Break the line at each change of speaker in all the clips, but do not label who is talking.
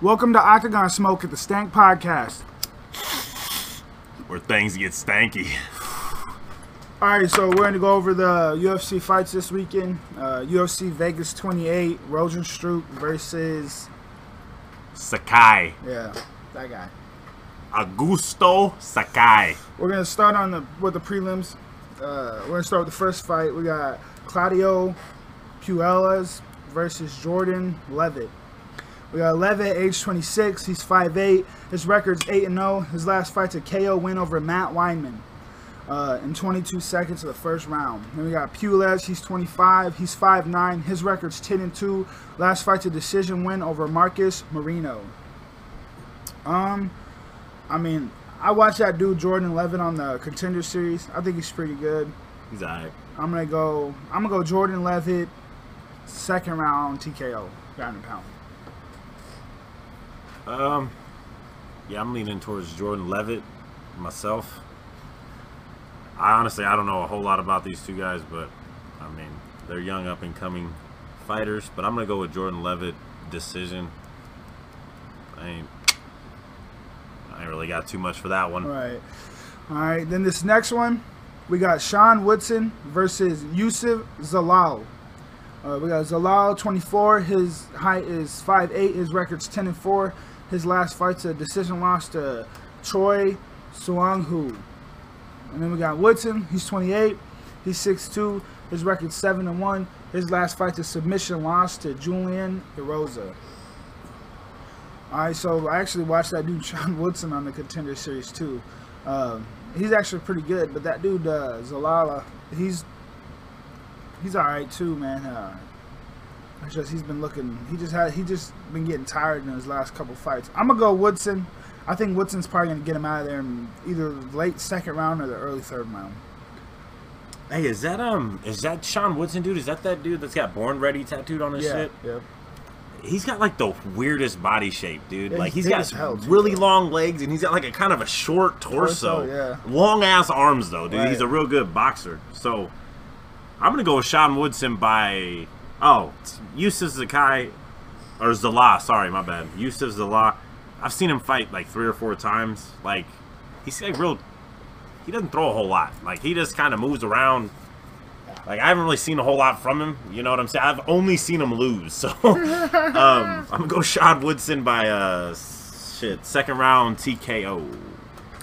Welcome to Octagon Smoke at the Stank Podcast.
where things get stanky.
All right, so we're going to go over the UFC fights this weekend. Uh, UFC Vegas 28, Rosenstruck versus
Sakai.
yeah, that guy.
Augusto Sakai.
We're going to start on the with the prelims. Uh, we're going to start with the first fight. We got Claudio Puelas versus Jordan Levitt. We got Levitt, age 26. He's 5'8. His record's 8 and 0. His last fight's a KO win over Matt Weinman. uh, in 22 seconds of the first round. Then we got Pules. He's 25. He's 5'9. His record's 10 and 2. Last fight to decision win over Marcus Marino. Um, I mean, I watched that dude Jordan Levin on the Contender Series. I think he's pretty good.
He's alright.
I'm gonna go. I'm gonna go Jordan Levitt, second round TKO, ground and pound.
Um, yeah, I'm leaning towards Jordan Levitt myself. I honestly, I don't know a whole lot about these two guys, but I mean, they're young, up and coming fighters. But I'm gonna go with Jordan Levitt decision. I ain't, I ain't really got too much for that one.
All right. All right. Then this next one, we got Sean Woodson versus Yusuf Zalal. Uh, we got Zalal, 24. His height is 5'8. His record's 10 and 4. His last fight's a decision loss to Choi Suang Hu. And then we got Woodson. He's 28. He's 6'2. His record's 7 and 1. His last fight's a submission loss to Julian Erosa. All right, so I actually watched that dude Sean Woodson on the Contender Series too. Um, he's actually pretty good, but that dude uh, Zalala, he's he's all right too, man. Uh, it's just he's been looking, he just had he just been getting tired in his last couple fights. I'm gonna go Woodson. I think Woodson's probably gonna get him out of there in either the late second round or the early third round.
Hey, is that um, is that Sean Woodson dude? Is that that dude that's got Born Ready tattooed on his
yeah,
shit?
yeah.
he's got like the weirdest body shape, dude.
Yeah,
like
he's
he's
big
got
as hell, too,
really
though.
long legs, and he's got like a kind of a short
Torso,
torso,
yeah.
long ass arms though, dude. He's
Right.
a real good boxer. So I'm gonna go with Sean Woodson by oh it's Yusuf Zakai or Zala. Sorry, my bad. Yusuf Zala. I've seen him fight like three or four times. Like he's like real. He doesn't throw a whole lot. Like he just kind of moves around. Like I haven't really seen a whole lot from him. You know what I'm saying? I've only seen him lose. So um, I'm gonna go Sean Woodson by uh s- shit second round TKO.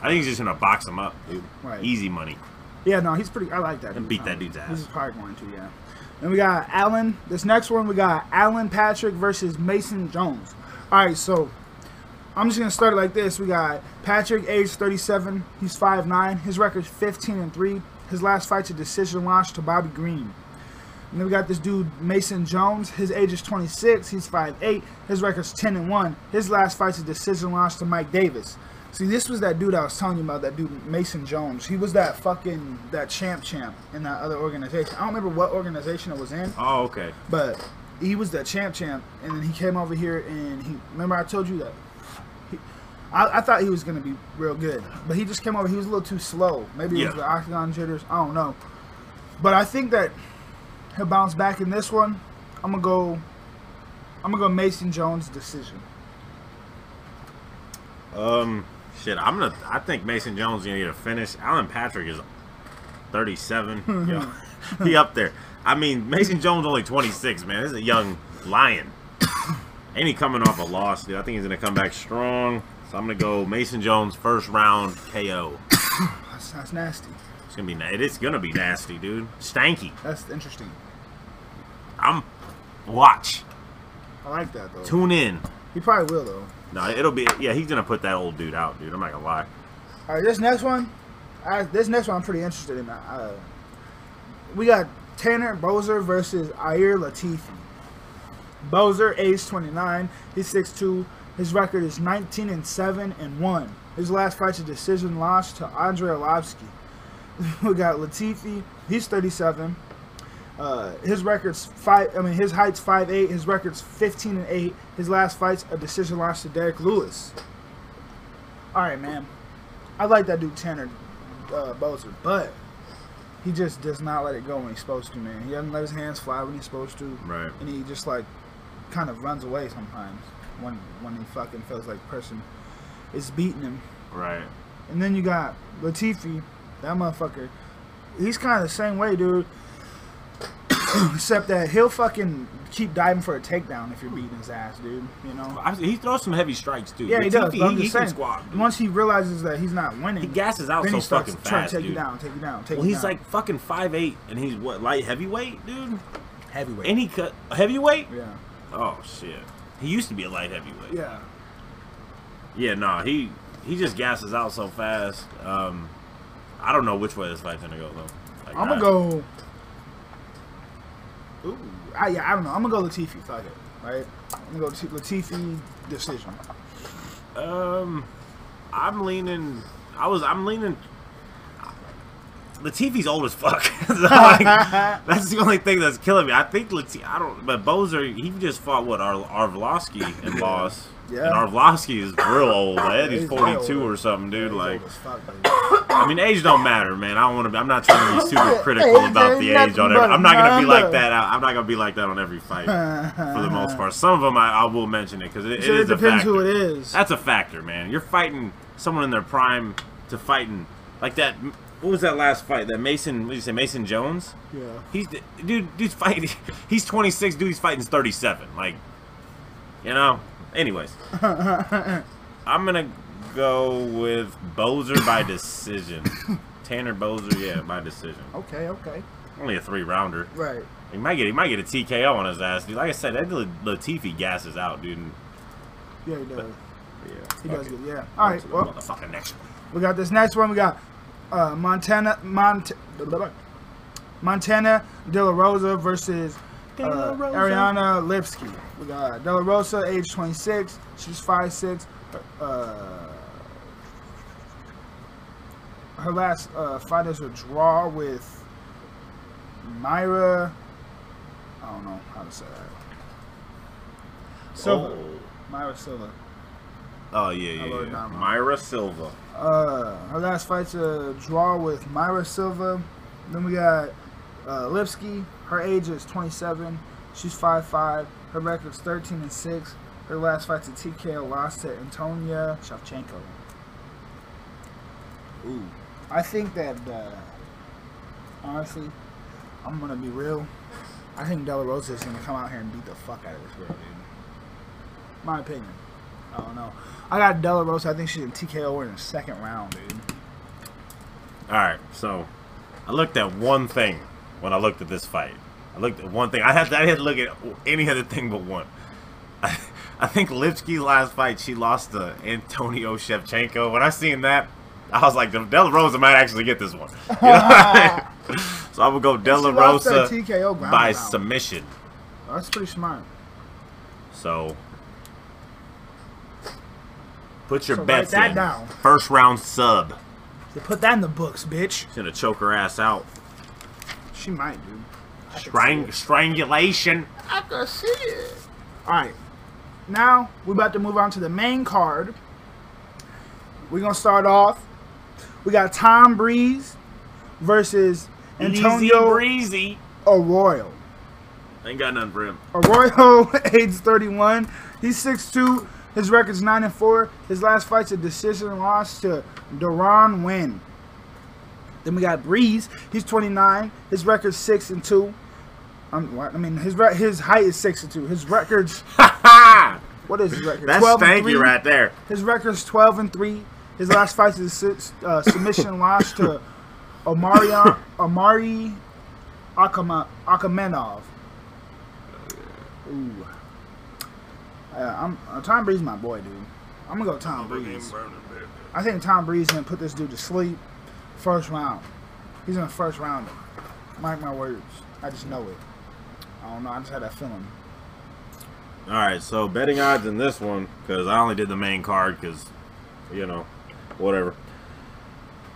I think he's just gonna box him up, dude.
Right.
Easy money.
Yeah, no, he's pretty. I like that.
And
dude.
beat that
Um,
dude's ass.
He's probably going to, yeah. Then we got Allen. This next one, we got Allen Patrick versus Mason Jones. All right, so I'm just gonna start it like this. We got Patrick, age 37. He's 5'9". His record's 15 and three. His last fight's a decision loss to Bobby Green. And then we got this dude Mason Jones. His age is 26. He's 5'8". His record's 10 and one. His last fight's a decision loss to Mike Davis. See, this was that dude I was telling you about. That dude Mason Jones. He was that fucking that champ champ in that other organization. I don't remember what organization it was in.
Oh, okay.
But he was the champ champ, and then he came over here and he. Remember I told you that. He, I, I thought he was gonna be real good, but he just came over. He was a little too slow. Maybe it was
Yeah.
the octagon jitters. I don't know. But I think that he'll bounce back in this one. I'm gonna go. I'm gonna go Mason Jones decision.
Um, shit, I'm gonna. I think Mason Jones is gonna get a finish. Alan Patrick is 37. Yo, he up there. I mean, Mason Jones only 26, man. This is a young lion, and he coming off a loss, dude. I think he's gonna come back strong. So I'm gonna go Mason Jones first round KO.
That's, that's nasty.
It's gonna be. na- It is gonna be nasty, dude. Stanky.
That's interesting.
I'm watch.
I like that though.
Tune in.
He probably will though.
No, it'll be. Yeah, he's gonna put that old dude out, dude. I'm not gonna lie.
All right, this next one, I, this next one I'm pretty interested in. Uh, we got Tanner Bozer versus Ayer Latifi. Bozer, age 29, he's 6'2". His record is 19 and 7 and 1. His last fight's a decision loss to Andre Arlovsky. we got Latifi, he's 37. Uh, his record's five. I mean, his height's 5'8". His record's 15 and 8. His last fight's a decision loss to Derek Lewis. All right, man. I like that dude Tanner uh, Bozer, but he just does not let it go when he's supposed to, man. He doesn't let his hands fly when he's supposed to,
Right.
and he just like kind of runs away sometimes when when he fucking feels like person is beating him.
Right.
And then you got Latifi, that motherfucker. He's kind of the same way, dude. Except that he'll fucking keep diving for a takedown if you're beating his ass, dude. You know?
I, he throws some heavy strikes too.
Yeah, he
Latifi,
does. But I'm just
He, he can
saying,
squat. dude.
once he realizes that he's not winning,
He gasses out
then
so
he starts
fucking
trying
fast,
to take you
dude.
down, take you down, take
Well,
you
he's
down.
like fucking five eight, and he's what light heavyweight, dude.
heavyweight.
And he cut heavyweight.
yeah,
Oh shit. He used to be a light heavyweight.
yeah.
Yeah, no, he he just gasses out so fast. Um, I don't know which way this fight's gonna go though. Like,
I'm
I-
gonna go. Ooh, I, yeah, I don't know. I'm gonna go Latifi. Fuck it, right? I'm gonna go Lati- Latifi decision.
Um, I'm leaning. I was. I'm leaning. Latifi's old as fuck. So, like, that's the only thing that's killing me. I think Latifi. I don't. But Bozer, he just fought what Ar- Arvlovsky and lost.
Yeah.
And Arvlovsky is real old. man.
he's
he's
way
42
older.
or something, dude.
He's
like,
old as fuck, dude.
I mean, age don't matter, man. I don't want to. I'm not trying to be super critical
Age
about
ain't
the
nothing
age on
but
every.
a
I'm not gonna be like
number.
that. I, I'm not gonna be like that on every fight for the most part. Some of them I, I will mention it because it,
So
it
it
is a
depends
factor.
who it is.
That's a factor, man. You're fighting someone in their prime to fighting like that. What was that last fight? That Mason? What did you say? Mason Jones?
yeah.
He's dude. Dude's fighting. He's 26. Dude, he's fighting 37. Like, you know. Anyways, I'm gonna go with Bozer by decision. Tanner Bozer, yeah, by decision.
Okay. Okay.
Only a three rounder.
Right.
He might get. He might get a TKO on his ass, dude. Like I said, that L- Latifi gasses out, dude. and-
Yeah, he does. He
Yeah, fuck
does
it.
good. Yeah.
All
All right. Well,
motherfucking next one.
we got this next one. We got uh, Montana Mont- Montana De La Rosa versus uh,
De La Rosa.
Ariana Lipsky. We got De La Rosa, age 26. She's 5'6". Uh, her last uh, fight is a draw with Myra. I don't know how to say that. Silva. Myra Silva.
Oh, oh yeah, yeah,
Hello,
yeah.
Dama.
Myra Silva.
Uh, her last fight's a draw with Myra Silva. Then we got uh, Lipsky. Her age is 27. She's 5'5". Her record's 13 and 6. Her last fight's a TKO loss to Antonia Shevchenko. Ooh. I think that, uh, honestly, I'm going to be real. I think De La Rosa is going to come out here and beat the fuck out of this girl, dude. My opinion. I don't know. I got Della Rosa. I think she's in TKO in the second round, dude.
All right, so I looked at one thing when I looked at this fight. I looked at one thing. I had to, I had to look at any other thing but one. I, I think Lipsky's last fight, she lost to Antonio Shevchenko. When I seen that, I was like, Della Rosa might actually get this one. You know what I mean? so I would go Della
lost that
Rosa
TKO ground
by
and pound.
submission.
oh, That's pretty smart.
So put your
So write
bets
that
in.
down.
First round sub.
They put that in the books, bitch.
She's gonna choke her ass out.
She might, dude.
Strang- strangulation.
I can see it. All right. Now we're about to move on to the main card. We're gonna start off. We got Tom Breeze versus
Easy
Antonio
breezy.
Arroyo.
Ain't got nothing for him.
Arroyo, age 31. He's 6'2. His record's 9 and 4. His last fight's a decision loss to Duran Win. Then we got Breeze. He's 29. His record's 6 and 2. Um, what? I mean, his re- his height is 6 and 2. His record's.
Ha ha!
What is his record?
That's
12 and
stanky
3.
right there.
His record's 12 and 3. His last fight is a sis- uh, submission loss to Omarion, Omari Akama, Akamenov. Ooh. Uh, I'm, uh, Tom Breeze, my boy, dude. I'm going to go Tom Breeze. I think Tom Breeze going to put this dude to sleep first round. He's in the first round. Mark my words. I just know it. I don't know. I just had that feeling.
All right, so betting odds in this one because I only did the main card because, you know, whatever.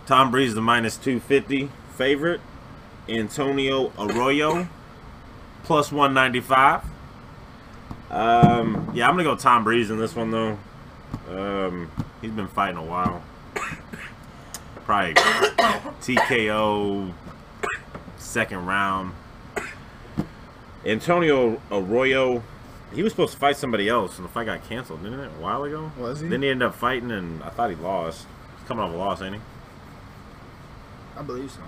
Tom Breeze the minus two fifty favorite. Antonio Arroyo plus one ninety five. Um, yeah, I'm gonna go Tom Breeze in this one though. Um, he's been fighting a while. Probably TKO second round. Antonio Arroyo He was supposed to fight somebody else, and the fight got canceled, didn't it? A while ago.
Was he?
Then he ended up fighting, and I thought he lost. He's coming off a loss, ain't he?
I believe so.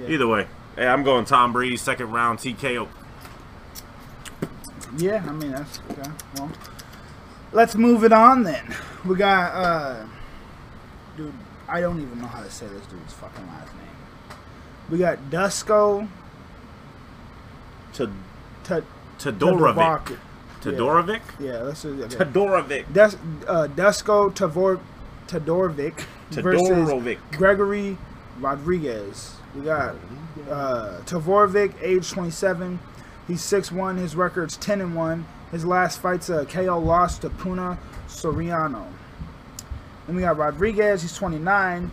Yeah.
Either way, hey, I'm going Tom Breeze, second round TKO.
Yeah, I mean that's okay. Well, let's move it on then. We got uh, dude. I don't even know how to say this dude's fucking last name. We got Dusko
To
T-
Todorovic.
Todorovic.
Todorovic.
Yeah, let's do that. Okay.
Todorovic.
Des- uh, Dusko Tavor- Todorovic versus
Todorovic.
Gregory Rodriguez. We got uh, Tavorovic, age 27. He's 6'1. His record's 10 and 1. His last fight's a KO loss to Puna Soriano. Then we got Rodriguez. He's 29.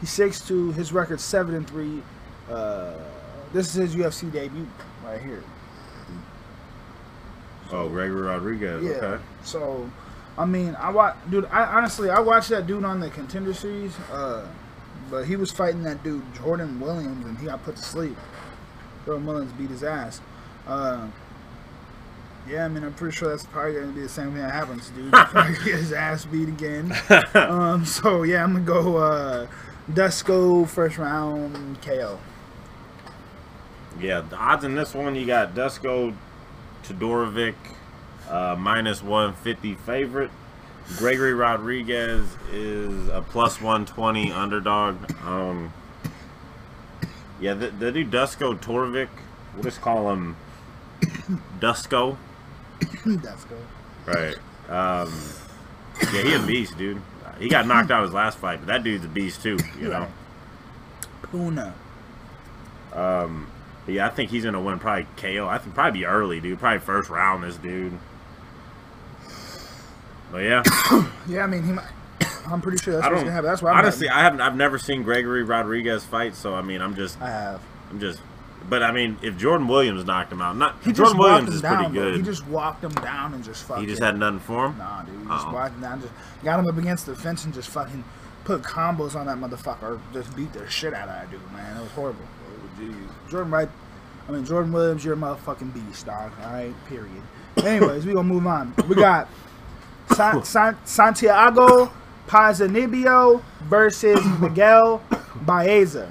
He's 6'2. His record's 7 and 3. Uh, this is his UFC debut right here.
Oh, Gregory Rodriguez.
Yeah.
Okay.
So, I mean, I watch, dude. I honestly, I watched that dude on the contender series, uh, but he was fighting that dude Jordan Williams, and he got put to sleep. Jordan Williams beat his ass. Uh, yeah, I mean, I'm pretty sure that's probably going to be the same thing that happens, dude. He's probably gonna get his ass beat again. um, so yeah, I'm gonna go uh, Dusko first round KO.
Yeah, the odds in this one you got Dusko Todorovic uh, minus 150 favorite. Gregory Rodriguez is a plus 120 underdog. Um, yeah, the, the dude Dusko Todorovic, we'll just call him Dusko.
Dusko.
Right. Um, yeah, he a beast, dude. He got knocked out his last fight, but that dude's a beast too, you know.
Puna.
Um, but yeah, I think he's gonna win probably KO. I think probably be early, dude. Probably first round, this dude. But yeah,
Yeah, I mean, he might. I'm pretty sure that's
I
what's
don't
gonna happen. That's why I'm not-
honestly. I haven't. I've never seen Gregory Rodriguez fight, so I mean, I'm just,
I have.
I'm just. But I mean, if Jordan Williams knocked him out, not
He
Jordan
just
Williams
walked him
is
down.
pretty
bro.
good.
He just walked him down and just fucking.
had nothing for him.
Nah, dude. He just
Uh-oh.
walked him down. Just got him up against the fence and just fucking put combos on that motherfucker. Or just beat the shit out of that dude, man. It was horrible. Jordan Wright. I mean, Jordan Williams, you're a motherfucking beast, dog. All right, period. Anyways, we gonna move on. We got San- San- Santiago Pazanibio versus Miguel Baeza.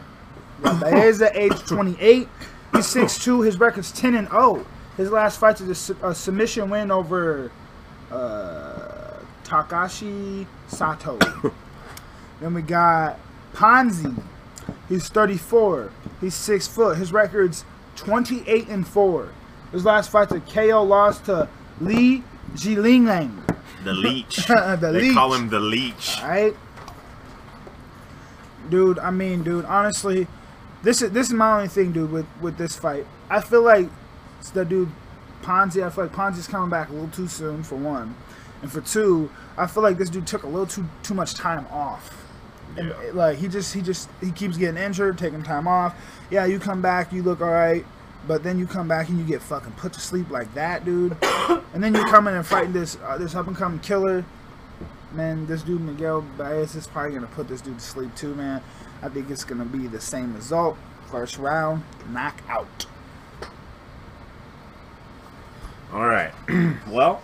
Yeah, Baeza, age 28. He's 6'2. His record's 10 and 0. His last fight is a, su- a submission win over uh, Takashi Sato. then we got Ponzi. He's 34. He's 6 foot. His record's 28 and 4. His last fight's a KO loss to Lee Jilingang.
The leech.
The
they call
leech.
him the leech.
Alright? Dude, I mean, dude, honestly, this is this is my only thing, dude, with, with this fight. I feel like it's the dude Ponzi, I feel like Ponzi's coming back a little too soon for one. And for two, I feel like this dude took a little too too much time off. And,
Yeah.
like he just he just he keeps getting injured, taking time off. Yeah, you come back, you look all right, but then you come back and you get fucking put to sleep like that, dude. and then you come in and fighting this uh, this up and coming killer. Man, this dude Miguel Baez is probably gonna put this dude to sleep too, man. I think it's gonna be the same result. First round knockout.
All right. well,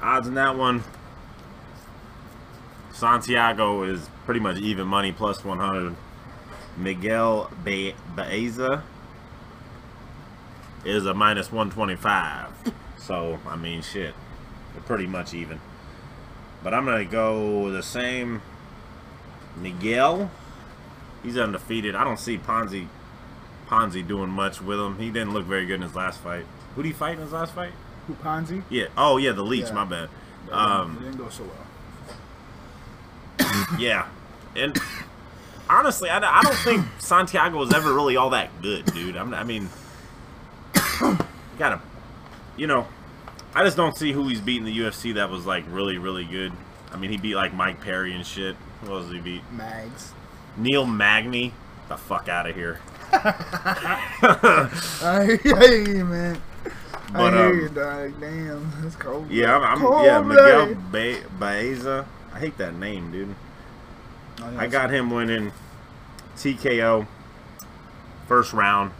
odds in that one. Santiago is pretty much even money plus 100. Miguel Ba- Baeza is a minus 125. So, I mean, shit. They're pretty much even. But I'm going to go the same. Miguel. He's undefeated. I don't see Ponzi Ponzi doing much with him. He didn't look very good in his last fight. Who did he fight in his last fight?
Who Ponzi?
Yeah. Oh, yeah, the Leech.
Yeah.
My bad.
it
Um,
didn't go so well.
yeah. And honestly, I, I don't think Santiago was ever really all that good, dude. I'm, I mean, gotta, you know, I just don't see who he's beating the UFC that was like really, really good. I mean, he beat like Mike Perry and shit. Who else did he beat?
Mags.
Neil Magny. The fuck out of here.
I hear you, man. I
But,
hear
um,
you, dog. Damn, that's cold.
Yeah, I'm, I'm yeah Miguel ba- Baeza. I hate that name, dude.
Oh,
I got him winning TKO first round.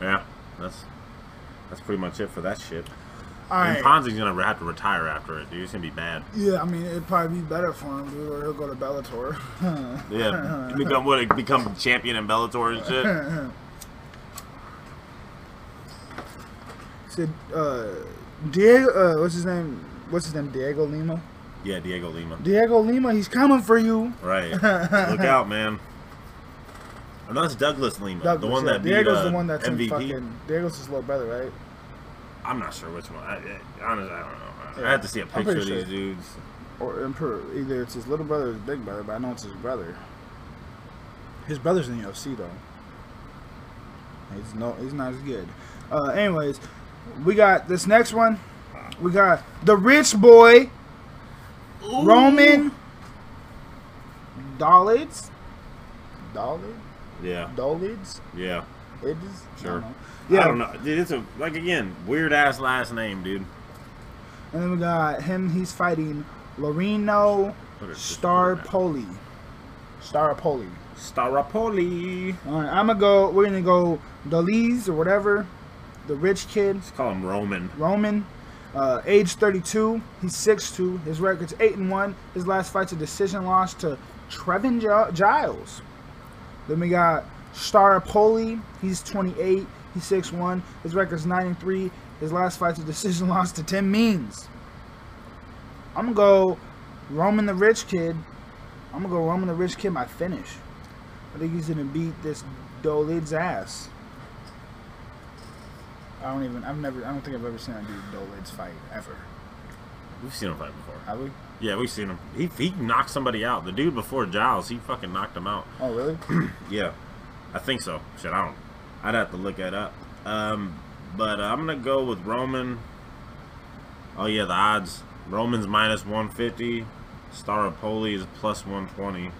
Yeah, that's That's pretty much it for that shit.
All
And
right.
Ponzi's gonna have to retire after it, dude. It's gonna be bad.
Yeah, I mean, it'd probably be better for him, dude, or he'll go to Bellator.
Yeah, you become what? Become champion in Bellator and shit.
Said, uh, Diego, uh, what's his name? What's his name? Diego Lima?
Yeah, Diego Lima.
Diego Lima, he's coming for you.
Right. Look out, man. Oh, no, that's Douglas Lima, the
Douglas,
one
yeah.
that beat,
Diego's
uh,
the one that's in
MVP.
fucking. Diego's his little brother, right?
I'm not sure which one. I, I, honestly, I don't know.
Yeah.
I have to see a picture
pretty
of these
sure.
dudes.
Or Emperor. Either it's his little brother or his big brother, but I know it's his brother. His brother's in the UFC though. He's no, he's not as good. Uh, anyways, we got this next one. We got the rich boy Roman Dolids. Dolid?
Yeah,
Dolids?
yeah,
It is I
sure.
don't know.
I
Yeah,
don't know, dude. It's a like again weird ass last name, dude.
and then we got him. He's fighting Lorino
Look at this dude, man.
Starpoli. Starpoli.
Staropoli.
All right, I'm gonna go. We're gonna go Deliz or whatever, the rich kid,
Let's call him Roman.
Roman, uh, age 32. He's 6'2". His record's eight and one. His last fight's a decision loss to Trevin Gi- Giles. Then we got Staropoli. He's 28. He's 6'1". His record's nine and three. His last fight's a decision loss to Tim Means. I'm gonna go Roman the rich kid. I'm gonna go Roman the rich kid. My finish. I think he's gonna beat this Dolid's ass. I don't even. I've never. I don't think I've ever seen a dude Dolid's fight ever.
We've seen him fight before.
Have we?
Yeah, we've seen him. He he knocked somebody out. The dude before Giles, he fucking knocked him out.
Oh really?
Yeah, I think so. Shit, I don't. I'd have to look that up. Um, but uh, I'm gonna go with Roman. Oh yeah, the odds. Roman's minus 150. Staropoli is plus 120. Uh,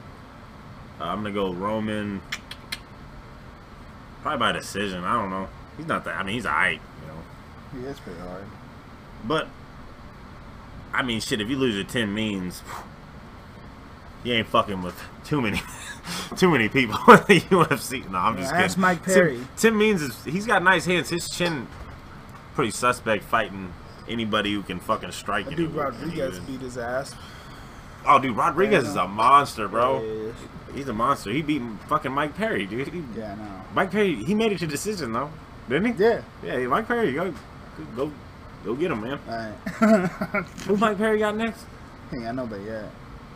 I'm gonna go Roman. Probably by decision. I don't know. He's not that. I mean, he's alright. You know.
yeah, it's pretty hard.
But I mean, shit. If you lose your ten means, you ain't fucking with too many, too many people in the UFC. No, I'm just
Yeah,
kidding.
ask Mike
Tim-
Perry.
Tim, Means is he's got nice hands. His chin, pretty suspect fighting anybody who can fucking strike
That
you.
dude Rodriguez beat his ass.
Oh, dude, Rodriguez is a monster, bro.
Yeah,
He's a monster. He beat fucking Mike Perry, dude. He-
yeah, no.
Mike Perry, he made it to decision though, didn't he?
Yeah.
Yeah, hey, Mike Perry, go, go, go get him, man.
All right.
Who Mike Perry got next?
hey, I know, but yeah.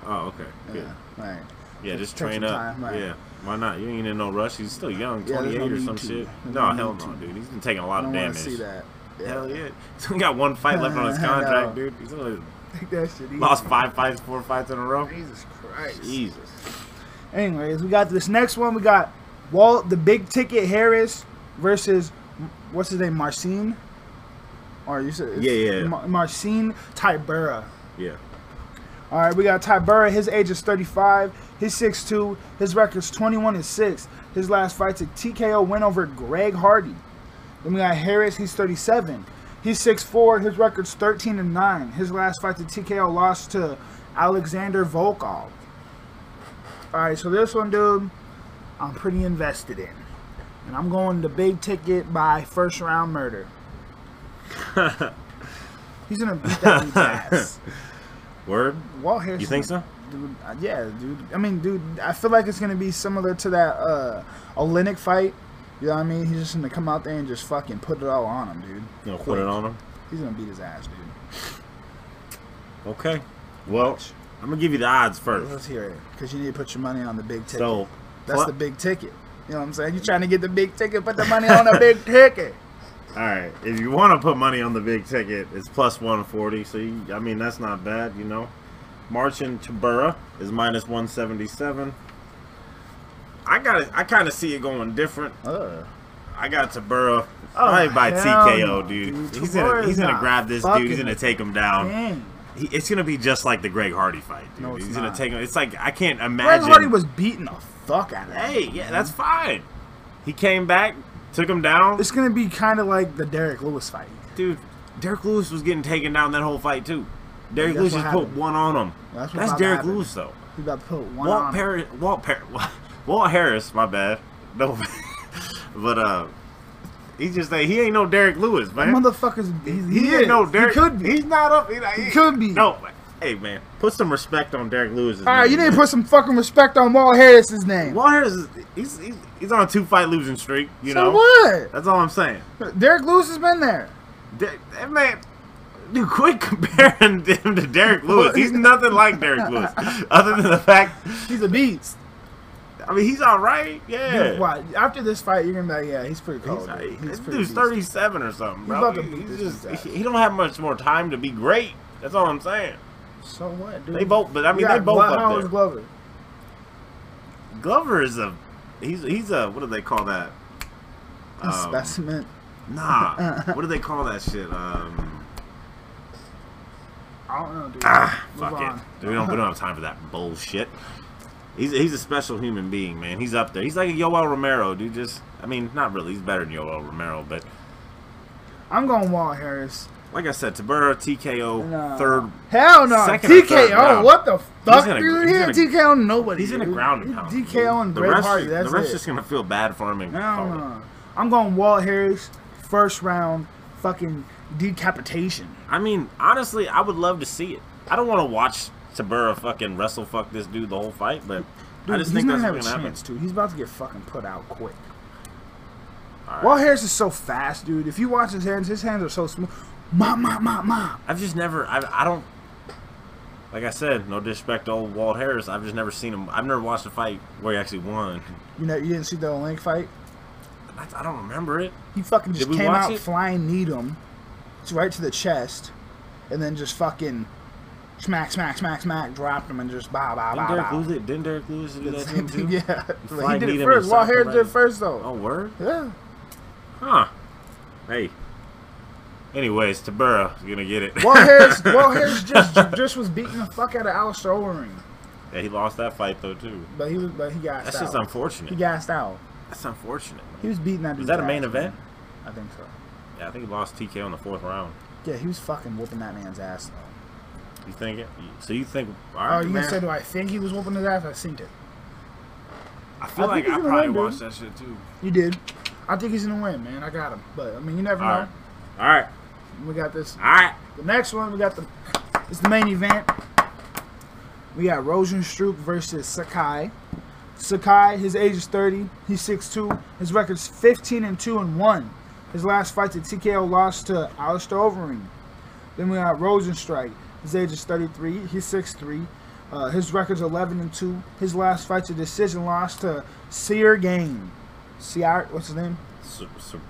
Oh, okay.
Yeah.
Good.
All right.
Yeah, just
Take some
train up.
time, right.
Yeah, why not? You ain't in no rush. He's still young,
Yeah, there's
28
no
or
need
some
to.
shit.
There's
No,
no
hell
need
no,
to.
dude. He's been taking a
I
lot of
don't want
damage.
to see that. Yeah.
Hell yeah. He's only got one fight left on his
I know.
contract, dude. He's only
Take that shit easy.
lost five fights, four fights in a row.
Jesus Christ.
Jesus.
Anyways, we got this next one. We got Walt the Big Ticket Harris versus what's his name, Marcin. Or you said it's
Yeah, yeah, yeah.
Mar- Marcin Tybura.
Yeah.
All right, we got Tybura. His age is 35. He's 6'2". His record's 21 and 6. His last fight's a TKO win over Greg Hardy. Then we got Harris. He's 37. He's 6'4". His record's 13 and 9. His last fight's a TKO loss to Alexander Volkov. All right, so this one, dude, I'm pretty invested in. And I'm going the big ticket by first round murder. He's gonna beat that dude's ass.
Word?
Walt Harris.
You
is
think
gonna
so?
Dude, uh, yeah, dude. I mean, dude, I feel like it's gonna be similar to that uh Olenek fight. You know what I mean? He's just gonna come out there and just fucking put it all on him, dude.
You gonna put
Quick.
it on him?
He's gonna beat his ass, dude.
Okay. Well, I'm gonna give you the odds first.
Let's hear it, cause you need to put your money on the big ticket.
So,
That's
pl-
the big ticket. You know what I'm saying? You're trying to get the big ticket, put the money on the big ticket.
All right. If you want to put money on the big ticket, it's plus 140. So, you, I mean, that's not bad, you know. Marchin Tabura is minus 177. I got it. I kind of see it going different.
Ugh.
I got Tabura probably by
Oh, hell
TKO,
no,
dude.
dude.
He's gonna
Tabura's
he's gonna
not
grab this dude. He's
fucking-
gonna take him down.
Dang.
He, it's gonna be just like the Greg Hardy fight, dude.
No, it's
he's gonna
not.
take him. It's like I can't
Greg
imagine.
Hardy was beating the fuck out of him.
Hey, yeah, that's fine. He came back, took him down.
It's gonna be kind of like the Derek Lewis fight.
dude, Derek Lewis was getting taken down that whole fight too. Derek
That's
Lewis
what
just put
happened.
one on him. That's,
That's what about to
Derek
happen.
Lewis though.
He about to put one
Walt
on. him.
Perry, Walt Perry, Walt Harris. My bad. No, but uh, He just like he ain't no Derek Lewis,
That
man.
motherfucker's he's,
he, ain't
is.
no Derek.
He could be.
He's not up. He,
He could be.
No, hey man, put some respect on Derek Lewis.
All right, you didn't put some fucking respect on Wall Harris's name.
Waters, he's, he's he's on a two fight losing streak. You
so
know.
what?
That's all I'm saying.
Derek Lewis has been there.
Der- That man, dude, quit comparing him to Derek Lewis. He's nothing like Derek Lewis, other than the fact.
He's a beast.
I mean, he's all right. Yeah.
Dude, why- After this fight, you're gonna be like, yeah, he's pretty cold.
He's,
dude.
like,
He's
this
pretty
dude's
beast.
37 or something, bro.
about to beat
he's
this
just,
dude's ass.
he, he don't have much more time to be great. That's all I'm saying.
So what, dude?
They both, but I
You
mean,
got
they both
Glo-
up
Howard
there.
Glover.
Glover is a, he's he's a, what do they call that? Um,
A specimen.
Nah, what do they call that shit? Um,
I don't know, dude.
ah,
Move
fuck
on.
it. We don't we don't have time for that bullshit. He's he's a special human being, man. He's up there. He's like a Yoel Romero, dude. Just, I mean, not really. He's better than Yoel Romero, but
I'm going Wall Harris.
like I said, Tabura TKO
No.
third.
Hell no.
Second or
TKO.
third round.
What the fuck,
gonna-
dude?
he's
He
gonna-
didn't TKO nobody.
He's in a
dude.
ground and
He
pound.
TKO and
the
Greg
ref's-
Hardy. That's
the ref's
it.
just gonna feel bad for him and
Hell
call it.
no. I'm going Wall Harris. First round fucking decapitation.
I mean, honestly, I would love to see it. I don't want to watch Tabura fucking wrestle fuck this dude the whole fight, but
Dude,
I just
he's
think
not gonna
that's
have a
what's gonna happen.
chance, dude. He's about to get fucking put out quick.
All right.
Wall Harris is so fast, dude. If you watch his hands, his hands are so smooth. Ma, ma, ma, ma.
I've just never. I, I don't. Like I said, no disrespect to old Walt Harris. I've just never seen him. I've never watched a fight where he actually won.
You know, you didn't see the Link fight.
I, I don't remember it.
He fucking just
we
came
watch
out
it?
flying need him. It's right to the chest. And then just fucking smack, smack, smack, smack, dropped him and just bow, bow,
Didn't
bow,
Derek
bow.
lose it? Didn't Derek Lewis do that to him too?
yeah.
Flying
he
knee
did it
him and
first. Wall
socked him
Harris
right
did it
in-
first, though.
Oh word?
Yeah.
Huh? Hey. Anyways, Tabura is gonna get it.
Wall Harris, Wall Harris just, just was beating the fuck out of Alistair Overeem.
yeah, he lost that fight though too.
But he was, but he gassed
That's
out.
just
he
unfortunate.
gassed out.
That's unfortunate. man.
He was beating that dude.
Was that a main event?
I think so.
Yeah, I think he lost TK on the fourth round.
Yeah, he was fucking whooping that man's ass, though.
You think it? So you think?
Oh,
all right,
you
man.
gonna say, do I think he was whooping his ass? I seen it.
I feel
I
like
think
I
he's gonna
probably
win, dude.
watched that shit too.
You did. I think he's gonna win, man. I got him. But I mean, you never
All right,
know.
all right,
We got this.
all right.
The next one, we got the. It's the main event. We got Rosenstruck versus Sakai. Sakai, his age is 30. He's 6'2. His record's 15 and 2 and 1. His last fight to TKO lost to Alistair Overeem. Then we got Rosenstrike. His age is 33. He's 6'3. Uh, his record's 11 and 2. His last fight to decision lost to Sear Game. Sear, what's his name?
Sur- sur-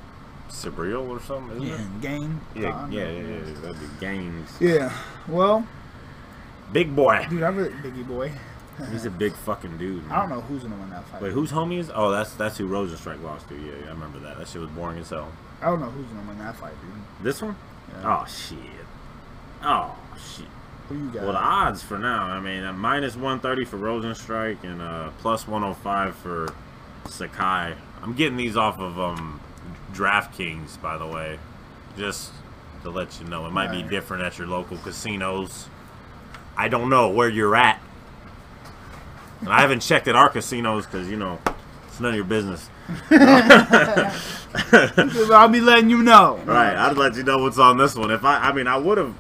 surreal or something, isn't it?
Game.
Yeah, yeah, yeah, yeah, yeah. That'd be games.
Yeah. Well,
Big boy.
dude, I really Biggie Boy.
He's a big fucking dude. Man.
I don't know who's gonna win that fight.
Wait, whose homie is? Oh, that's that's who Rosenstrike lost to. Yeah, yeah, I remember that. That shit was boring as hell.
I don't know who's gonna win that fight, dude.
This one?
Yeah.
Oh shit. Oh shit.
Who you got?
Well, the odds for now. I mean, a minus 130 for Rosenstrike and uh, plus 105 for Sakai. I'm getting these off of um, DraftKings, by the way. Just to let you know, it might be
Right.
different at your local casinos. I don't know where you're at. And I haven't checked at our casinos because, you know, it's none of your business.
I'll be letting you know.
All right, I'd let you know what's on this one. If I, I mean, I would have.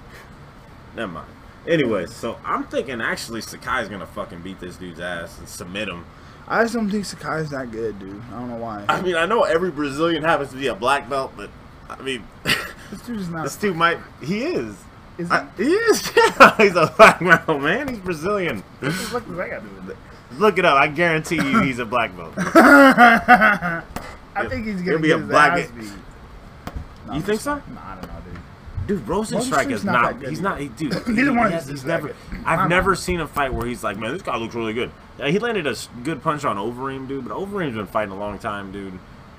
Never mind. Anyways, so I'm thinking actually Sakai's gonna fucking beat this dude's ass and submit him.
I just don't think Sakai's that good, dude. I don't know why.
I mean, I know every Brazilian happens to be a black belt, but I mean,
This dude's not.
this dude might. He is.
is
I,
that,
he is. Yeah, he's a black belt, man. He's Brazilian.
what does that got to do with it?
Look it up. I guarantee you, he's a black belt.
I think he's gonna
He'll be
get
a
his
black-
ass beat. Nah,
You
I'm
think
just-
so?
Nah, I don't know, dude.
Dude, Rosenstrike
Rosenstrike's
is
not
not.
that good
he's
either.
not. He, dude,
Neither
he
one of
has-
us
he's
is that
never.
good.
I've
I'm
never seen a fight where he's like, man, this guy looks really good. Yeah, he landed a s- good punch on Overeem, dude, but Overeem's been fighting a long time, dude.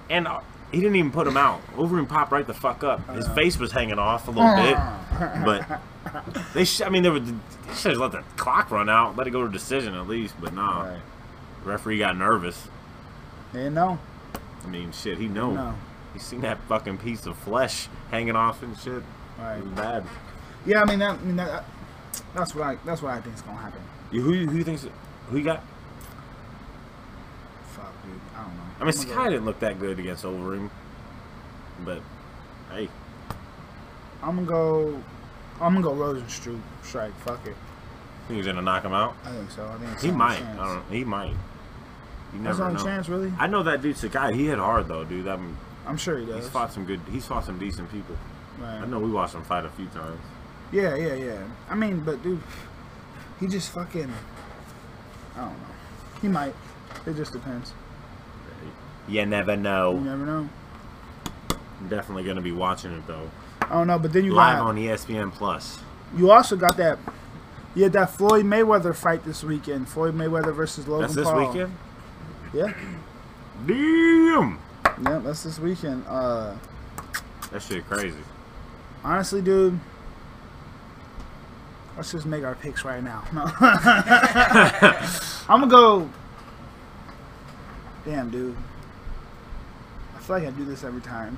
And uh, he didn't even put him out. Overeem popped right the fuck up. His
Uh.
face was hanging off a little bit, but they. Sh- I mean, they were. They should have let the clock run out, let it go to decision at least. But nah,
All right.
referee got nervous.
Yeah, no,
I mean, shit, he know.
no.
He seen that fucking piece of flesh hanging off and shit.
All right.
It was bad.
Yeah, I mean that. I mean that. That's what I. That's what I think's gonna happen.
You- Who who thinks who you got?
Fuck, dude. I don't know.
I
I'm
mean,
gonna
Sakai didn't look that good against Overeem.
go-
But hey,
I'm gonna go. I'm gonna go Rosenstruck. Strike. Fuck it.
think he's gonna knock him out.
I think so. I think it's
He
his only
might.
Chance.
I don't. He might. You
That's
never
his only
know.
chance, really.
I know that dude Sakai. He hit hard though, dude. That
I'm sure he does.
he's fought some good. He's fought some decent people.
Right.
I know we watched him fight a few times.
Yeah, yeah, yeah. I mean, but dude, he just fucking. I don't know. He might. It just depends.
You never
You
know.
never know.
I'm definitely gonna be watching it though,
I don't know. But then you
live
got
on E ESPN Plus.
you also got that. You had that Floyd Mayweather fight this weekend. Floyd Mayweather versus Logan
That's this
Paul.
weekend.
Yeah,
Damn,
yeah. That's this weekend. Uh,
that shit crazy.
honestly, dude. Let's just make our picks right now. No. I'm gonna go. Damn, dude. I feel like I do this every time.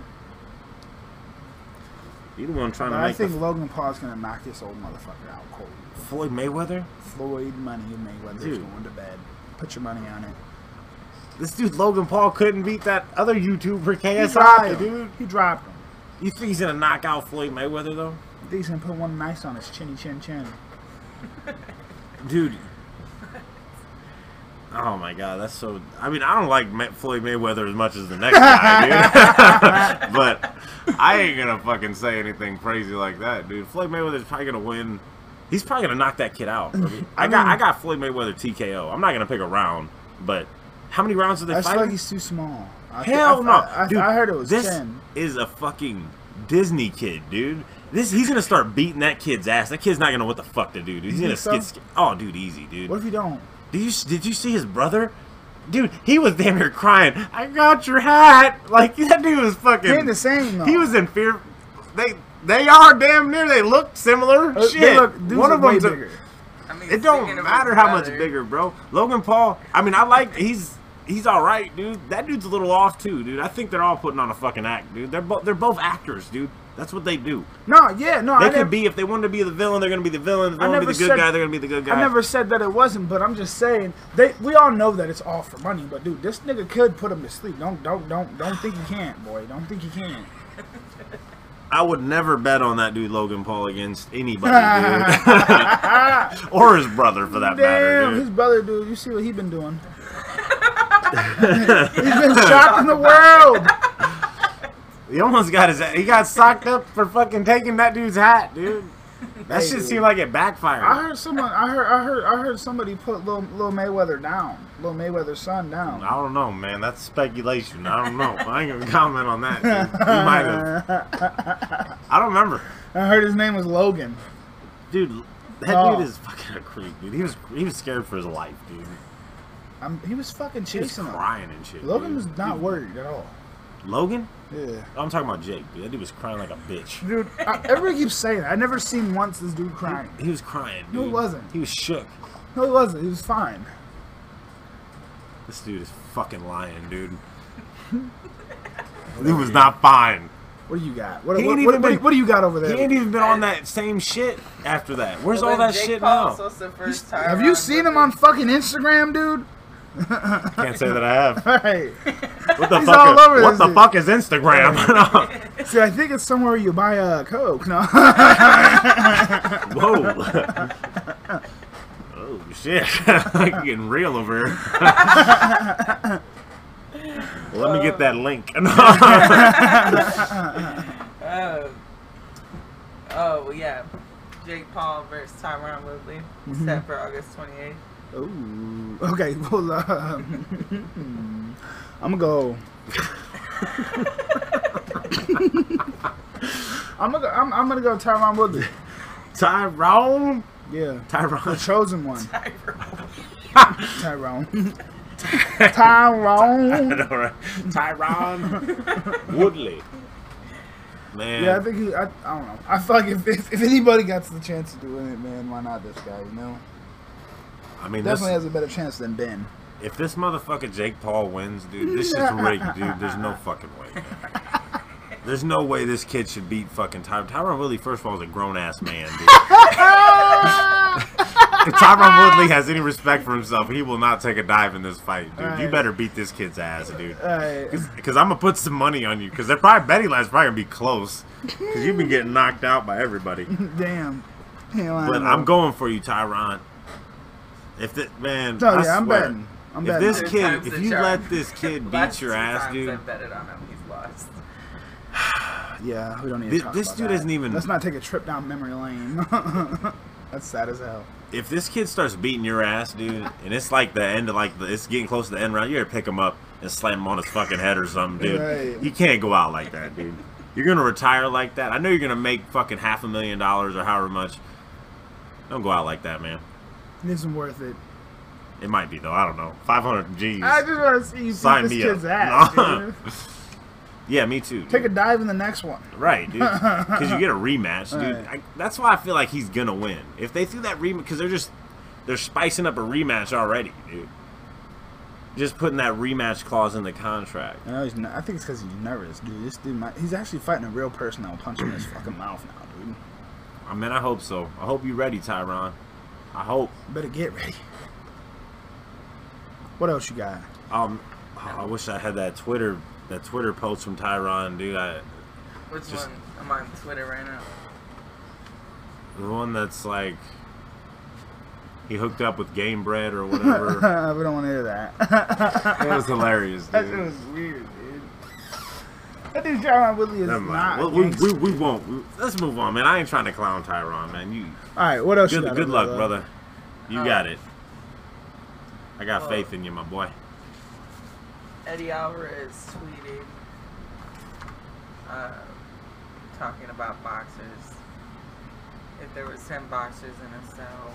You the one trying to
But I
make
think
the
Logan Paul's gonna knock this old motherfucker out cold.
Floyd Mayweather.
Floyd Money Mayweather's
Dude.
going to bed. Put your money on it.
This dude Logan Paul couldn't beat that other YouTuber
He dropped
KSI,
him.
dude.
He dropped him.
You think he's gonna knock out Floyd Mayweather though,
I think he's gonna put one nice on his chinny chin chin.
dude? Oh my god, that's so. I mean, I don't like Ma- Floyd Mayweather as much as the next guy, dude. but I ain't gonna fucking say anything crazy like that, dude. Floyd Mayweather's probably gonna win. He's probably gonna knock that kid out. I, mean, I got, I got Floyd Mayweather TKO. I'm not gonna pick a round, but how many rounds do they
I just
fight?
feel like he's too small. I thi-
Hell
I,
no,
I, I,
dude.
I heard it was
this
ten.
is a fucking Disney kid, dude. This he's gonna start beating that kid's ass. That kid's not gonna know what the fuck to do, dude.
You
He's gonna
think so?
skid, skid. Oh, dude, easy, dude.
What if you don't?
Did you did you see his brother? Dude, he was damn near crying. I got your hat. Like that dude was fucking.
They're the same. Though.
He was in fear. They they are damn near. They look similar.
Uh, they
Shit,
look- dudes
one
are
of
way
them's a-
bigger.
I mean,
it don't
speaking of
matter
his
how much
brother,
bigger, bro. Logan Paul. I mean, I like he's he's all right, dude. That dude's a little off too, dude. I think they're all putting on a fucking act, dude. They're both they're both actors, dude. That's what they do.
No, yeah, no.
They
I
could
never,
be if they wanted to be the villain, they're gonna be the villain. If they
I
want to be
never
the good
said-
guy, they're gonna be the good guy.
I never said that it wasn't, but I'm just saying they. We all know that it's all for money, but dude, this nigga could put him to sleep. Don't, don't, don't, don't think he can't, boy. Don't think he can't.
I would never bet on that dude Logan Paul against anybody, dude, or his brother for that
Damn,
matter, dude.
his brother, dude. You see what he been doing? He's been shocking the world.
He almost got his he got socked up for fucking taking that dude's hat, dude. That
Hey,
shit
dude.
seemed like it backfired.
I heard someone. I heard. I heard. I heard somebody put Lil, Lil Mayweather down. Lil Mayweather's son down.
I don't know, man. That's speculation. I don't know. I ain't gonna comment on that. Dude. He might have. I don't remember,
I heard his name was Logan.
dude. That
Oh.
dude is fucking a creep, dude. He was he was scared for his life, dude.
Um he was fucking
He was
chasing him.
crying and shit.
uh, Logan
dude.
was not worried at all.
Logan.
Yeah,
I'm talking about Jake, dude. That dude was crying like a bitch.
dude. I, everybody keeps saying that. I never seen once this dude crying.
He was crying. Dude.
No, it wasn't.
He was shook.
No, it wasn't. He was fine.
This dude is fucking lying, dude. He was not fine.
What do you got? What,
He
what,
ain't
what,
even
what-
been-
what do you got over
He
there?
ain't even been on that same shit after that. Where's all
when
that
Jake
shit
Paul
now?
was the first time
Have you
around,
seen
but
him on fucking Instagram, dude?
Can't say that I have.
All right.
What the
He's
fuck?
all
is-
over
what
this
the
dude.
fuck is Instagram?
See, I think it's somewhere you buy a Coke. No.
Whoa. oh shit! Getting real over here. Let me get that link.
Oh, oh well, yeah. Jake Paul versus Tyron Woodley
Mm-hmm.
set for August 28th.
Ooh. Okay. Well, um, I'm gonna go. I'm gonna. Go, I'm, I'm gonna go Tyron Woodley.
Tyrone.
Yeah,
Tyrone.
chosen one.
Tyron.
Tyrone. Tyrone.
Tyrone Woodley. Man.
Yeah, I think he. I, I don't know. I feel like if, if if anybody gets the chance of doing it, man, why not this guy? You know,
I mean, this,
definitely has a better chance than Ben.
if this motherfucker Jake Paul wins, dude, this shit's rigged, dude. There's no fucking way. man. There's no way this kid should beat fucking Tyron. Tyron Woodley, first of all, is a grown ass man, dude. If Tyron Woodley has any respect for himself, he will not take a dive in this fight, dude. You
Alright.
better beat this kid's ass, dude.
Alright.
Because I'm gonna put some money on you. Because they're probably betting line's probably gonna be close. Because you've been getting knocked out by everybody.
Damn.
But I'm going for you, Tyron. If the man,
No,
I
yeah, I'm
swear,
betting. I'm
if
betting.
this
Two
kid,
times
if
the
you
charm.
let this kid beat
Last
your
two
ass,
times
dude,
I betted on him. He's lost.
Yeah, we don't need to
Thi-
talk
this
about
dude
that.
isn't even-
Let's not take a trip down memory lane. That's sad as hell.
if this kid starts beating your ass, dude, and it's like the end of like the, it's getting close to the end round, you gotta pick him up and slam him on his fucking head or something, dude.
Right.
You can't go out like that, dude. You're gonna retire like that. I know you're gonna make fucking half a million dollars or however much. Don't go out like that, man.
It isn't worth it.
It might be though. I don't know. Five hundred G's.
I just want to see you
Sign
beat this
me
kid's
up.
ass.
Nah.
dude.
Yeah, me too. dude.
Take a dive in the next one.
Right, dude. Because you get a rematch, dude.
Right.
I, that's why I feel like he's gonna win. If they threw that rematch, because they're just they're spicing up a rematch already, dude. Just putting that rematch clause in the contract.
No, he's not. I think it's because he's nervous, dude. This dude, might, he's actually fighting a real person that will punch him in his fucking mouth now, dude.
I mean, I hope so. I hope you're ready, Tyron. I hope.
Better get ready. What else you got?
Um, oh, I wish I had that Twitter that Twitter post from Tyron, dude. I,
Which
Just-
one? I'm on Twitter right now.
the one that's like he hooked up with Game Bread or
Uh, we
whatever.
don't want to hear that.
it was hilarious, dude.
that shit was weird, dude. That dude John Woodley is
Never mind.
not.
Well,
All
we, we, we won't. We- let's move on, man. I ain't trying to clown Tyron, man. You
right, what else? you
good
got
good
over
luck,
there?
brother. You
Uh,
got it. I got
uh,
faith in you, my boy.
Eddie Alvarez tweeted uh, talking about boxers. If there was ten boxers in a cell,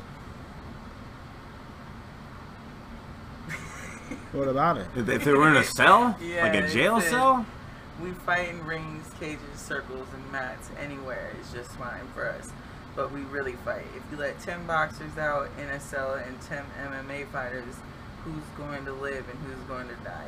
What about it?
If, if they were in a cell,
Yeah,
like a
it's
jail
a-
cell,
we fight in rings, cages, circles, and mats anywhere is just fine for us. But we really fight. If you let ten boxers out in a cell and ten MMA fighters, who's going to live and who's going to die?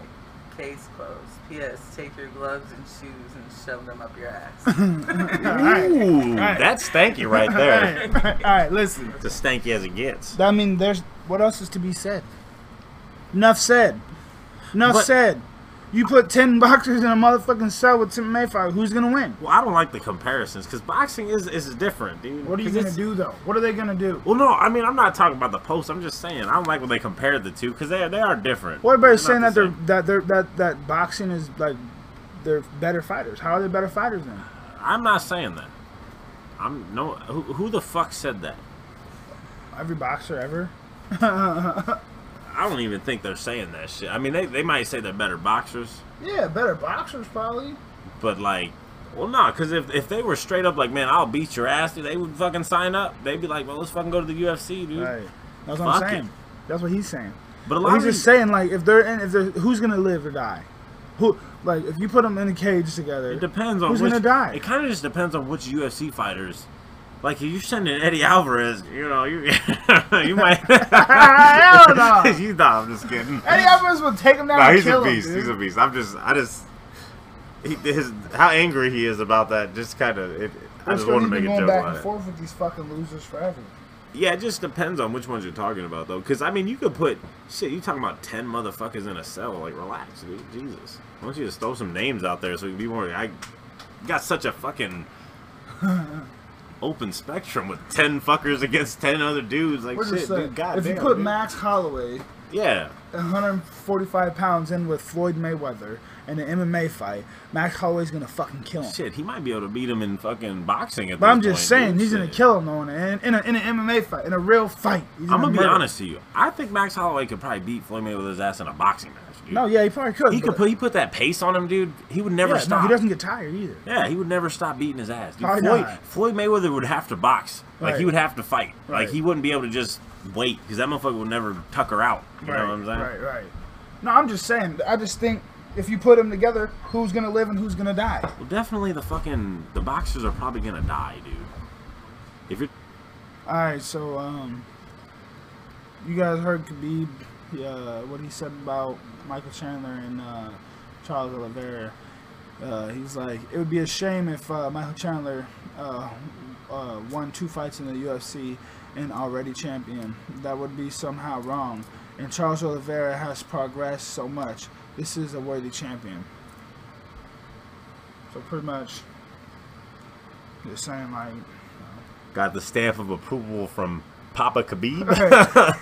Case closed. P.S. Take your gloves and shoes and shove them up your ass.
All right.
ooh,
right.
that's stanky right there.
All right, all right, listen.
It's as stanky as it gets.
I mean, there's what else is to be said? Enough said. Enough
But-
said. You put ten boxers in a motherfucking cell with Tim Mayfire. Who's gonna win?
Well, I don't like the comparisons because boxing is is different, dude.
What are you
'Cause
gonna
it's-
do though? What are they gonna do?
Well, no, I mean I'm not talking about the post. I'm just saying I don't like when they compare the two because they they are different.
What about
They're
saying
not
that
the
they're
same.
that they're that that boxing is like they're better fighters? How are they better fighters then?
I'm not saying that. I'm no. Who, who the fuck said that?
Every boxer ever.
I don't even think they're saying that shit. I mean, they, they might say they're better boxers,
Yeah, better boxers probably.
but like, well, no, because if, if they were straight up like, man, I'll beat your ass, dude, they would fucking sign up. They'd be like, well, let's fucking go to the UFC, dude.
Right. That's what I'm
Fuck it.
saying. That's what he's saying.
But a
Well,
lot
he's
of
just
these,
saying like if they're in, if they're who's gonna live or die, who like if you put them in a cage together.
it depends on
who's
which,
gonna die?
It kind of just depends on which UFC fighters. Like, if you're sending Eddie Alvarez, you know, you you might.
Hell no.
you thought I'm just kidding.
Eddie Alvarez will take him down.
Nah,
and
he's a
kill
beast.
Him, dude.
he's a beast. I'm just, I just, he, his how angry he is about that. Just kind of, it, I
That's
just
'cause
want to
he's
make
been
a
going
joke
back
about
and
it.
forth with these fucking losers forever.
Yeah, it just depends on which ones you're talking about, though. Because I mean, you could put shit. You talking about ten motherfuckers in a cell? Like, relax, dude. Jesus, why don't you just throw some names out there so we can be more? I got such a fucking open spectrum with ten fuckers against ten other dudes. Like,
We're
shit,
just saying,
dude. God
if you
damn,
put
dude.
Max Holloway,
yeah,
145 pounds, in with Floyd Mayweather in an MMA fight, Max Holloway's gonna fucking kill him.
shit, he might be able to beat him in fucking boxing. At
But
this
I'm just
point,
saying,
dude.
he's gonna
Shit.
kill him on in, in, a, in an MMA fight, in a real fight. He's
I'm gonna be
murder him.
honest to you. I think Max Holloway could probably beat Floyd Mayweather's ass in a boxing match. Dude.
No, yeah, he probably could.
he could
but-
put he put that pace on him, dude. He would never
yeah, no,
stop.
he doesn't get tired either.
Yeah, he would never stop beating his ass. Dude,
Probably
Floyd,
not.
Floyd Mayweather would have to box. Like he
Right.
would have to fight. Like
Right.
he wouldn't be able to just wait because that motherfucker would never tucker out. You know what I'm saying?
Right, right. No, I'm just saying. I just think if you put them together, who's gonna live and who's gonna die?
Well, definitely the fucking the boxers are probably gonna die, dude. If you're
All right, so um, you guys heard Khabib, uh, what he said about Michael Chandler and uh, Charles Oliveira. Uh, he's like, it would be a shame if uh, Michael Chandler uh, uh, won two fights in the UFC and already champion. That would be somehow wrong. And Charles Oliveira has progressed so much. This is a worthy champion. So pretty much, they're saying like,
Got the stamp of approval from Papa Khabib.
well,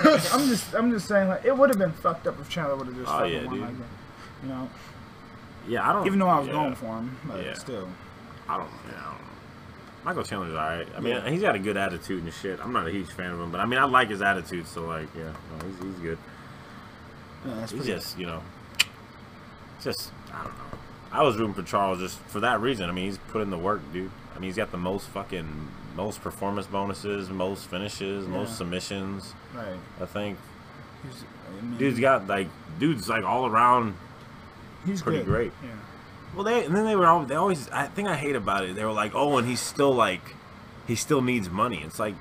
I'm just, I'm just, I'm just saying like, it would have been fucked up if Chandler would have just
Oh,
fucking
yeah,
won
dude.
like that. You know,
yeah, I don't.
even though I was
yeah,
going for him, but
Yeah.
still.
I don't. Yeah, I don't know. Michael Chandler's all right. I mean, he's got a good attitude and shit. I'm not a huge fan of him, but I mean, I like his attitude. So like, yeah, no, he's he's good.
Yeah, that's
He's
pretty-
just, you know, just I don't know. I was rooting for Charles just for that reason. I mean, he's put in the work, dude. I mean, he's got the most fucking most performance bonuses, most finishes,
Yeah. Mm-hmm.
most submissions.
right.
I think
He's, I mean,
dude's got like dude's like all around
he's
pretty
good.
great.
Yeah.
Well, they and then they were all they always. I think I hate about it. They were like, oh, and he's still like, he still needs money. It's like,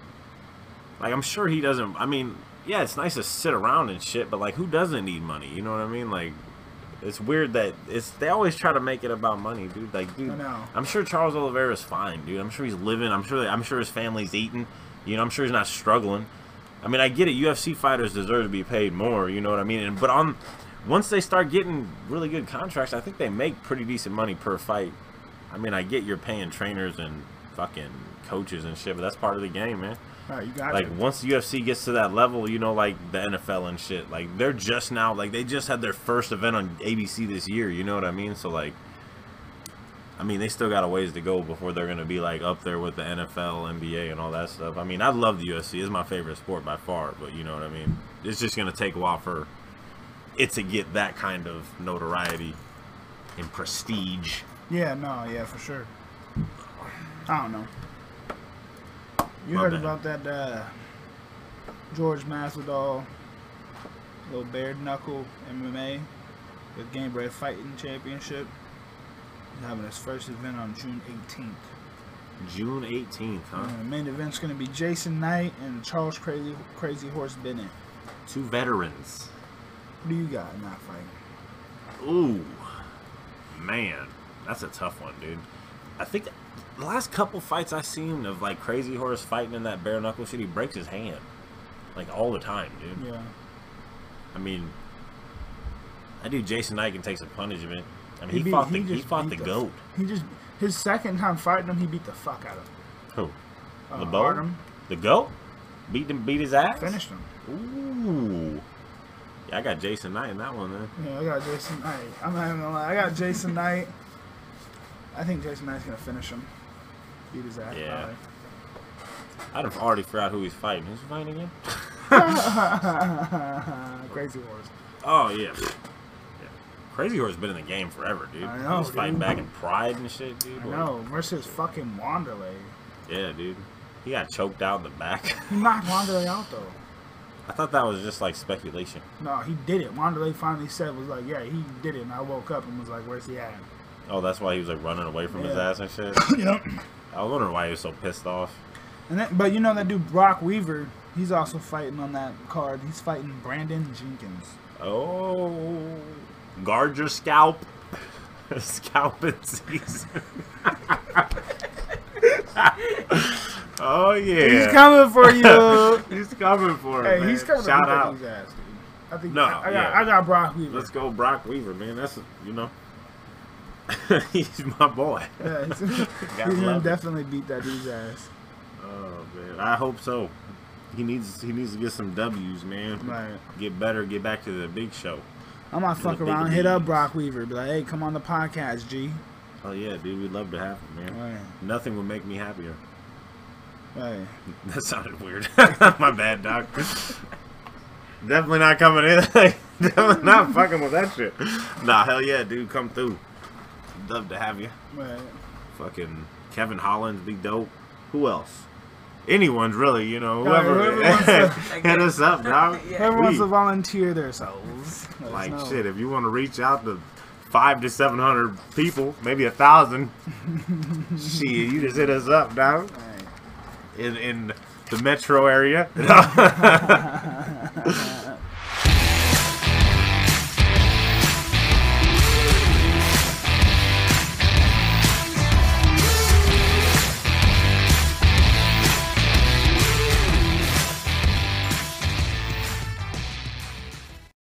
like I'm sure he doesn't. I mean, yeah, it's nice to sit around and shit, but like, who doesn't need money? You know what I mean? Like, it's weird that it's they always try to make it about money, dude. Like, dude,
I know.
I'm sure Charles Oliveira's fine, dude. I'm sure he's living. I'm sure. I'm sure his family's eating. You know, I'm sure he's not struggling. I mean, I get it. UFC fighters deserve to be paid more. You know what I mean? And but on once they start getting really good contracts, I think they make pretty decent money per fight. I mean, I get you're paying trainers and fucking coaches and shit, but that's part of the game, man.
Right, you got
Like
it.
once the UFC gets to that level, you know, like the NFL and shit, like they're just now, like they just had their first event on ABC this year. You know what I mean? So like, I mean, they still got a ways to go before they're gonna be like up there with the NFL, NBA, and all that stuff. I mean, I love the UFC; it's my favorite sport by far. But you know what I mean? It's just gonna take a while for it to get that kind of notoriety and prestige.
Yeah, no, yeah, for sure. I don't know. You
My
heard
bad.
about that uh, George Masvidal, little bare knuckle MMA, the Game Bread Fighting Championship. He's having his first event on June 18th.
June 18th, huh?
Uh, main event's gonna be Jason Knight and Charles Crazy Crazy Horse Bennett.
Two veterans.
Who do you got in that fight?
Ooh, man, that's a tough one, dude. I think the last couple fights I seen of like Crazy Horse fighting in that bare knuckle shit, he breaks his hand like all the time, dude.
Yeah,
I mean, I do. Jason Knight can take some punishment. I mean, he,
beat-
fought the he
just
fought the
beat
goat.
He just his second time fighting him, he beat the fuck out of him.
Who?
Uh,
The boat?
Artem
The goat? Beat him, beat his ass.
finished him.
Ooh. Yeah, I got Jason Knight in that one, man.
Yeah, I got Jason Knight. I'm not even gonna lie. I got Jason Knight. I think Jason Knight's gonna finish him. Beat his ass.
Yeah. I'd have already forgot who he's fighting. Who's he fighting again?
probably. Crazy Wars.
Oh yeah. yeah. Crazy Horse been in the game forever, dude.
I
He
know,
was fighting
dude.
back in Pride and shit, dude.
I know. Versus fucking Wanderlei.
Yeah, dude. He got choked out in the back.
He knocked Wanderlei out though.
I thought that was just like speculation.
No, he did it. Wanderlei finally said was like, yeah, he did it. And I woke up and was like, where's he at?
Oh, that's why he was like running away from his
Yeah.
ass and shit.
you know.
I was wondering why he was so pissed off.
And that, but you know that dude Brock Weaver. He's also fighting on that card. He's fighting Brandon Jenkins.
Oh, guard your scalp. Scalping season. oh yeah,
He's coming for you.
He's coming for it.
hey,
man.
he's coming
Shout
to
out.
out. ass, dude. I think
No,
I, I got,
yeah.
I got Brock Weaver.
Let's go, Brock Weaver, man. That's you know, he's my boy.
Yeah, he's
Gotta
he's gonna
love it.
definitely beat that dude's ass.
Oh man, I hope so. He needs he needs to get some W's, man.
Right.
Get better, get back to the big show.
I might fuck
big
around, hit up
leagues.
Brock Weaver, be like, hey, come on the podcast, G.
Oh yeah, dude, we'd love to have him, man.
Right,
Nothing would make me happier.
right.
That sounded weird. My bad, doc. Definitely not coming in. Definitely not fucking with that shit. Nah, hell yeah, dude, come through. Love to have you.
right.
fucking Kevin Hollins be dope. Who else? Anyone's really, you know,
Right,
whoever,
whoever wants to-
hit us up, dog.
Yeah.
Whoever wants
We-
to volunteer themselves. let us
like
know.
shit, if you want to reach out to five to seven hundred people, maybe a thousand, shit, you just hit us up, dog.
Right.
In in the metro area.